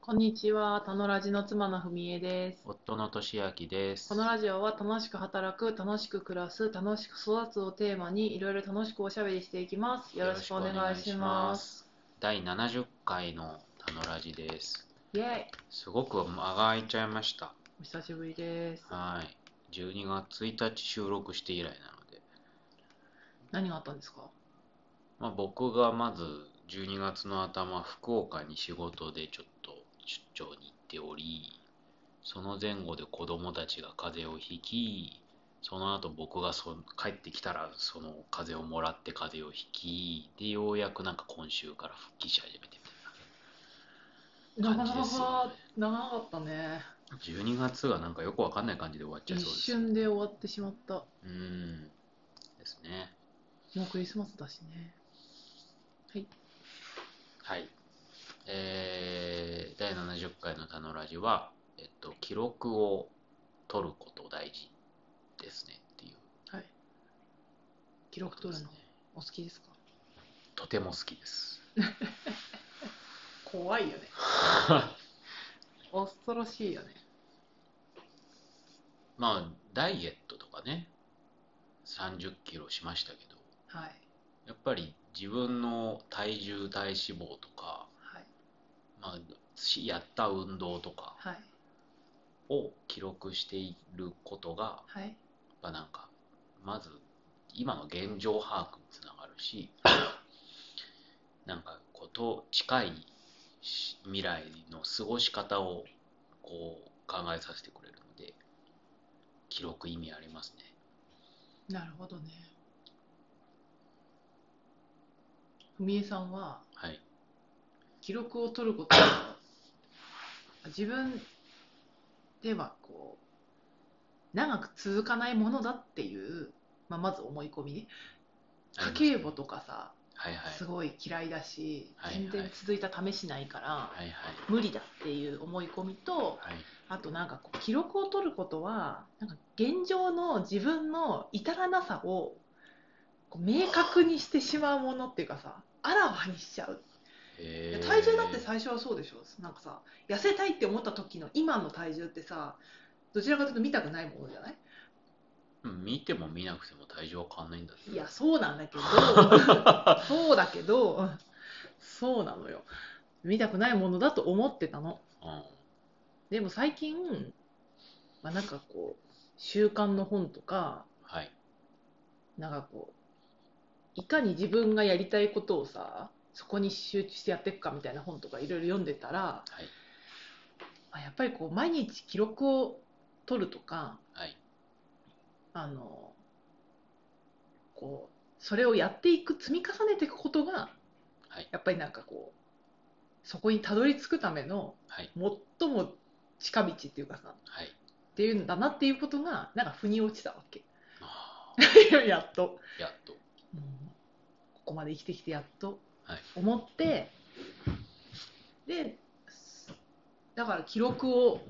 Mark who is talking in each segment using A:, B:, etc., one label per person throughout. A: こんにちは、たのラジの妻のふみえです。
B: 夫の俊明です。
A: このラジオは楽しく働く、楽しく暮らす、楽しく育つをテーマにいろいろ楽しくおしゃべりしていきます。よろしくお願いします。
B: 第70回のタノラジです。
A: イェイ
B: すごく間が空いちゃいました。
A: お久しぶりです。
B: はい。12月1日収録して以来なので、
A: 何があったんですか
B: まあ、僕がまず12月の頭、福岡に仕事でちょっと出張に行っており、その前後で子供たちが風邪をひき、その後僕がそ帰ってきたらその風邪をもらって風邪をひき、で、ようやくなんか今週から復帰し始めてみたいな。
A: 長
B: 感じですよ
A: 々
B: ね、
A: 長かったね。
B: 12月がなんかよくわかんない感じで終わっちゃい
A: 一
B: そうです。
A: 瞬で終わってしまった。も
B: うーん。ですね。
A: うクリスマスだしね。
B: はい。えー、第70回のタノラジは、えっと、記録を取ること大事ですねっていう
A: はい。記
B: こ
A: 録
B: と
A: 取
B: で
A: る
B: す
A: の
B: ね。
A: お好きですか
B: とても好きです。
A: 怖いよね。 恐ろしいよね。
B: まあ、ダイエットとかね、30キロしましたけど、
A: はい。
B: やっぱり自分の体重、体脂肪とか、
A: はい。
B: まあ、しやった運動とか、
A: はい。
B: を記録していることが、
A: は
B: や
A: い。
B: っぱなんか、まず、今の現状把握につながる し、なんか、こと、近いし未来の過ごし方を、こう、考えさせてくれるので、記録意味ありますね。
A: なるほどね。ふみえさんは
B: はい。
A: 記録を取ることは自分ではこう長く続かないものだっていう、まあ、まず思い込みね家計簿とかさ
B: はいはい。
A: すごい嫌いだし
B: はい
A: 全然続いた試しないから
B: はいはい。
A: 無理だっていう思い込みと
B: はい。
A: あとなんかこう記録を取ることはなんか現状の自分の至らなさをこう明確にしてしまうものっていうかさあらわにしちゃういや
B: へー
A: 体重だって、最初はそうでしょなんかさ痩せたいって思った時の今の体重ってさどちらかというと見たくないものじゃない
B: うん見ても見なくても体重は変わんないんだって
A: いやそうなんだ けどそうだけどうんそうなのよ見たくないものだと思ってたの
B: うん。
A: でも最近、まあ、なんかこう習慣の本とか
B: はい。
A: なんかこういかに自分がやりたいことをさそこに集中してやっていくかみたいな本とかいろいろ読んでたら、
B: はい。
A: あ、やっぱりこう毎日記録を取るとか
B: はい。
A: あのこうそれをやっていく積み重ねていくことが
B: はい。
A: やっぱりなんかこうそこにたどり着くための
B: はい。
A: 最も近道っていうかさ
B: はい。
A: っていうんだなっていうことがなんか腑に落ちたわけ
B: あ
A: やっと。
B: ーやっと。
A: もうここまで生きてきてやっと
B: はい
A: 思って、でだから記録を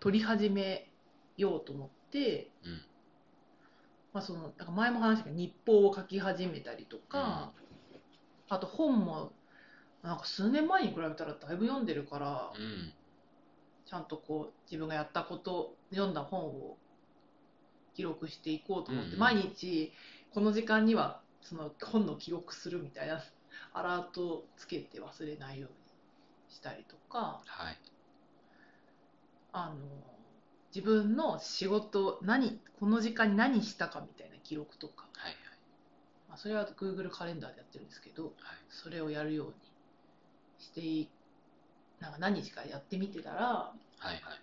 A: 取り始めようと思って、
B: うん。
A: まあ、そのなんか前も話したけど日報を書き始めたりとか、あと本もなんか数年前に比べたらだいぶ読んでるから、
B: うん。
A: ちゃんとこう自分がやったこと読んだ本を記録していこうと思って、
B: うんうん
A: 毎日この時間にはその本の記録するみたいなアラートをつけて忘れないようにしたりとか
B: はい。
A: あの自分の仕事何この時間に何したかみたいな記録とか、
B: はい。はい。
A: まあ、それは Google カレンダーでやってるんですけど
B: はい。
A: それをやるようにしていなんか何日かやってみてたら
B: はい。はい。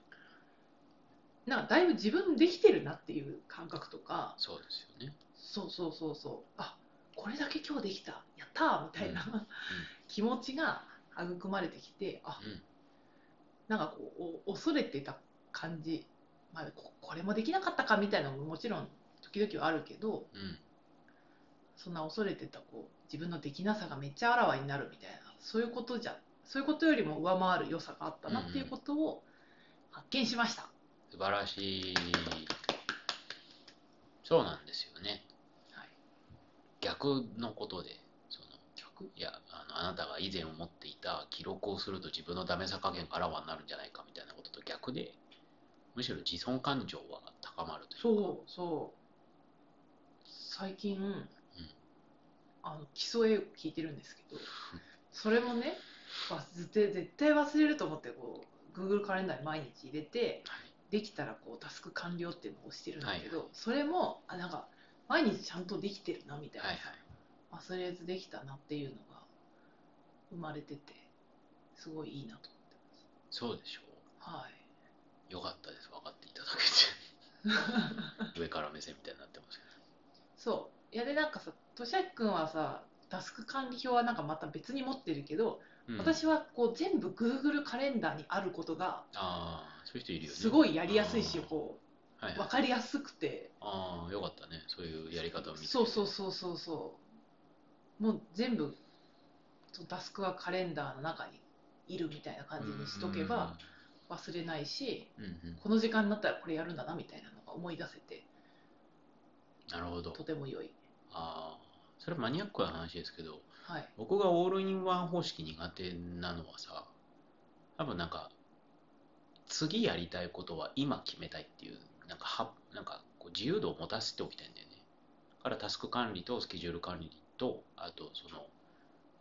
A: なんかだいぶ自分できてるなっていう感覚とか
B: そうですよね。
A: そうそうそうそうあこれだけ今日できたやったーみたいな、
B: うん
A: 気持ちが育まれてきてあ
B: うん。
A: なんかこうお恐れてた感じ、まあ、ここれもできなかったかみたいなのももちろん時々はあるけど
B: うん。
A: そんな恐れてたこう自分のできなさがめっちゃあらわになるみたいなそういうことじゃそういうことよりも上回る良さがあったなっていうことを発見しました。
B: 素晴らしい。そうなんですよね。
A: はい、
B: 逆のことで、その、
A: 曲録
B: いやあのあなたが以前思っていた記録をすると自分のダメさ加減があらわになるんじゃないかみたいなことと逆でむしろ自尊感情は高まるという
A: そうそう最近、あの基礎英語聞いてるんですけどそれもねわ絶対絶対忘れると思ってこう Google カレンダーに毎日入れてできたらこうタスク完了っていうのを押してるんだけど、
B: はい
A: それもあなんか毎日ちゃんとできてるなみたい
B: はい
A: な
B: はい
A: さ、忘れずできたなっていうのが生まれててすごいいいなと思って
B: そうでしょ
A: ますはいう
B: よかったです分かっていただ けて上から目線みたいになってますけど
A: そういやでなんかさとしあきくんはさタスク管理表はなんかまた別に持ってるけど、
B: うん
A: 私はこう全部 Google カレンダーにあることが
B: ああそういう人いるよね
A: すごいやりやすいし、
B: あー
A: こ
B: はい
A: う
B: はい
A: 分かりやすくて
B: ああよかったねそういうやり方を見つけて
A: そうそうそうそうそうもう全部そうタスクはカレンダーの中にいるみたいな感じにしとけば忘れないし、
B: うんうんうんうんうん
A: この時間になったらこれやるんだなみたいなのが思い出せて
B: なるほど
A: とても良い、
B: ああそれマニアックな話ですけど
A: はい、
B: 僕がオールインワン方式苦手なのはさ多分なんか次やりたいことは今決めたいっていうなんかはなんかこう自由度を持たせておきたいんだよねだからタスク管理とスケジュール管理とあとその、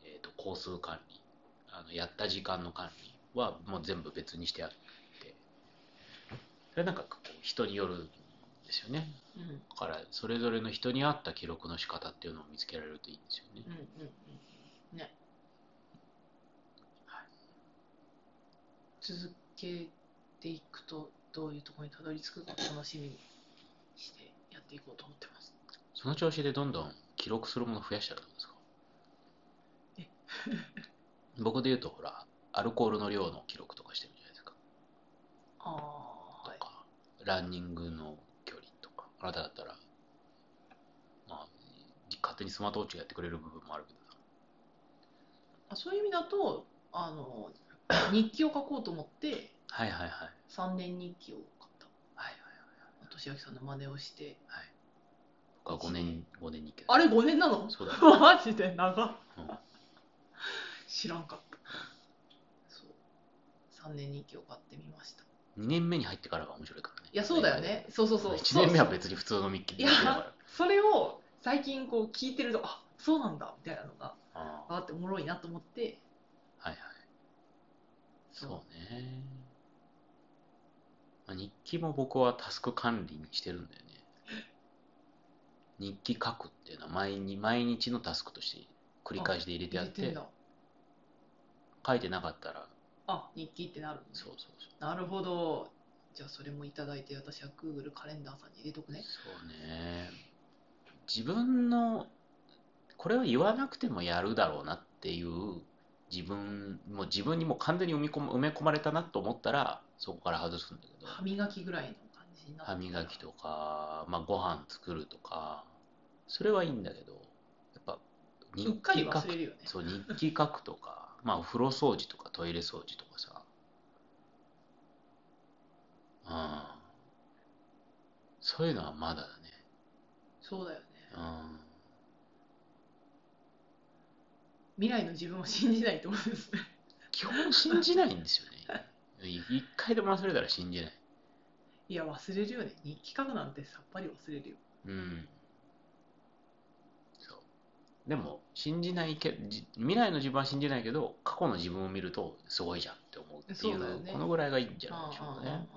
B: えー、と工数管理あのやった時間の管理はもう全部別にしてあってそれなんかこう人によるんですよね
A: うんうん
B: だからそれぞれの人に合った記録の仕方っていうのを見つけられるといいんですよね
A: うんうんね、
B: はい
A: 続けていくとどういうところにたどり着くか楽しみにしてやっていこうと思ってます
B: その調子でどんどん記録するもの増やしたらどうですか
A: え
B: 僕で言うとほらアルコールの量の記録とかしてるじゃないですか、
A: ああはい
B: とかランニングの距離とかあなただったらまあ勝手にスマートウォッチがやってくれる部分もあるけどさ
A: あそういう意味だとあの日記を書こうと思って
B: はいはいはいはい
A: 3年日記を買った
B: はいはい
A: 年明さんの真似をして
B: 僕は5年5年に1回
A: あれ5年なの
B: そうだ、ね
A: マジで長っ
B: うん
A: 知らんかったそう3年日記を買ってみました
B: 2年目に入ってからが面白いからね
A: いやそうだよねそうそうそう
B: 1年目は別に普通のミッキーだから
A: それを最近こう聞いてるとあそうなんだみたいなのが
B: ああ
A: あっておもろいなと思って
B: はいはいそうね、まあ、日記も僕はタスク管理にしてるんだよね日記書くっていうのは毎日毎日のタスクとして繰り返しで入れてや
A: 入
B: っ
A: れ
B: て
A: てんだ
B: 書いてなかったら
A: あ日記ってなるのね
B: そうそうそう
A: なるほどじゃあそれもいただいて私は Google カレンダーさんに入れとくね
B: そうね自分のこれは言わなくてもやるだろうなっていう自分もう自分にもう完全に埋め込む埋め込まれたなと思ったらそこから外すんだけど
A: 歯磨きぐらいの感じになって
B: 歯磨きとか、まあ、ご飯作るとかそれはいいんだけどやっぱ日
A: うっかり
B: 記書
A: 忘れ
B: く
A: るよね
B: そう日記書くとか、まあ、お風呂掃除とかトイレ掃除とかさうんそういうのはまだだね
A: そうだよね
B: うん
A: 未来の自分を信じないってことですね
B: 基本信じないんですよねい一回でも忘れたら信じない
A: いや忘れるよね日記書くなんてさっぱり忘れるよ
B: うんそうでも信じないけじ未来の自分は信じないけど過去の自分を見るとすごいじゃんって思うってい
A: そう
B: う
A: だよね
B: このぐらいがいいんじゃないでしょうか
A: うんうんうんう
B: ね
A: ん、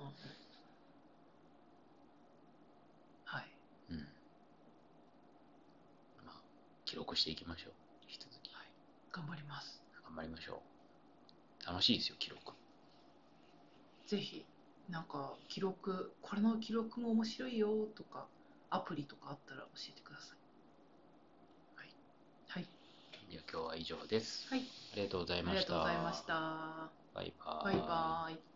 A: はい
B: うんまあ、記録していきましょう引き続き
A: 頑張ります
B: 頑張りましょう楽しいですよ記録
A: ぜひなんか記録これの記録も面白いよとかアプリとかあったら教えてくださいはい、はい、
B: いや今日は以上です、
A: はい
B: ありがとうござい
A: あ
B: ま
A: りが
B: した
A: とうございました
B: バイバ
A: バイバイ